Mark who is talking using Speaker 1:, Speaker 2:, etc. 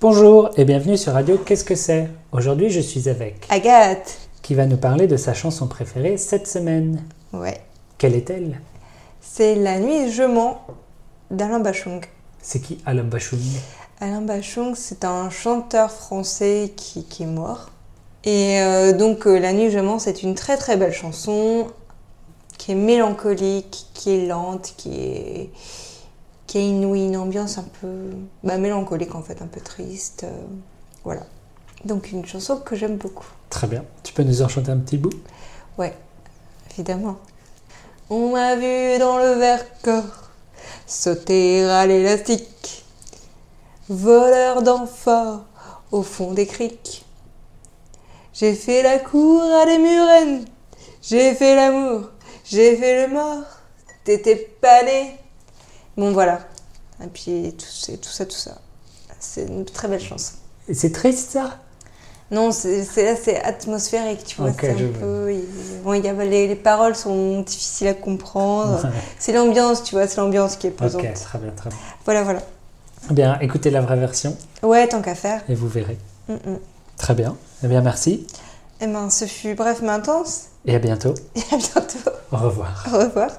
Speaker 1: Bonjour et bienvenue sur Radio Qu'est-ce que c'est Aujourd'hui je suis avec
Speaker 2: Agathe
Speaker 1: qui va nous parler de sa chanson préférée cette semaine.
Speaker 2: Ouais.
Speaker 1: Quelle est-elle
Speaker 2: C'est La nuit je mens d'Alain Bachung.
Speaker 1: C'est qui Alain Bachung
Speaker 2: Alain Bachung, c'est un chanteur français qui, qui est mort. Et euh, donc euh, La nuit je mens, c'est une très très belle chanson qui est mélancolique, qui est lente, qui est qui est inouïe, une ambiance un peu bah, mélancolique en fait, un peu triste. euh, voilà. Donc une chanson que j'aime beaucoup.
Speaker 1: Très bien. Tu peux nous en chanter un petit bout
Speaker 2: Ouais, évidemment. On m'a vu dans le verre corps sauter à l'élastique, voleur d'enfants au fond des criques. J'ai fait la cour à des murennes, j'ai fait l'amour, j'ai fait le mort, t'étais pas né. Bon voilà, et puis tout, c'est- tout ça, tout ça. C'est une très belle chanson.
Speaker 1: Et C'est triste ça
Speaker 2: Non, c'est c'est- là, c'est atmosphérique, tu vois.
Speaker 1: Ok,
Speaker 2: c'est
Speaker 1: je
Speaker 2: un
Speaker 1: vois.
Speaker 2: peu. il- bon, il y a, les, les paroles sont difficiles à comprendre.
Speaker 1: Ouais.
Speaker 2: C'est l'ambiance, tu vois, c'est l'ambiance qui est pesante.
Speaker 1: Ok, très bien, très bien.
Speaker 2: Voilà, voilà.
Speaker 1: Eh bien, écoutez la vraie version
Speaker 2: Ouais, tant qu'à faire.
Speaker 1: et vous verrez.
Speaker 2: Mm, mm.
Speaker 1: Très bien. Eh bien, merci
Speaker 2: Eh ben, ce fut bref mais intense.
Speaker 1: et à bientôt.
Speaker 2: Et à bientôt.
Speaker 1: Au revoir.
Speaker 2: Au revoir.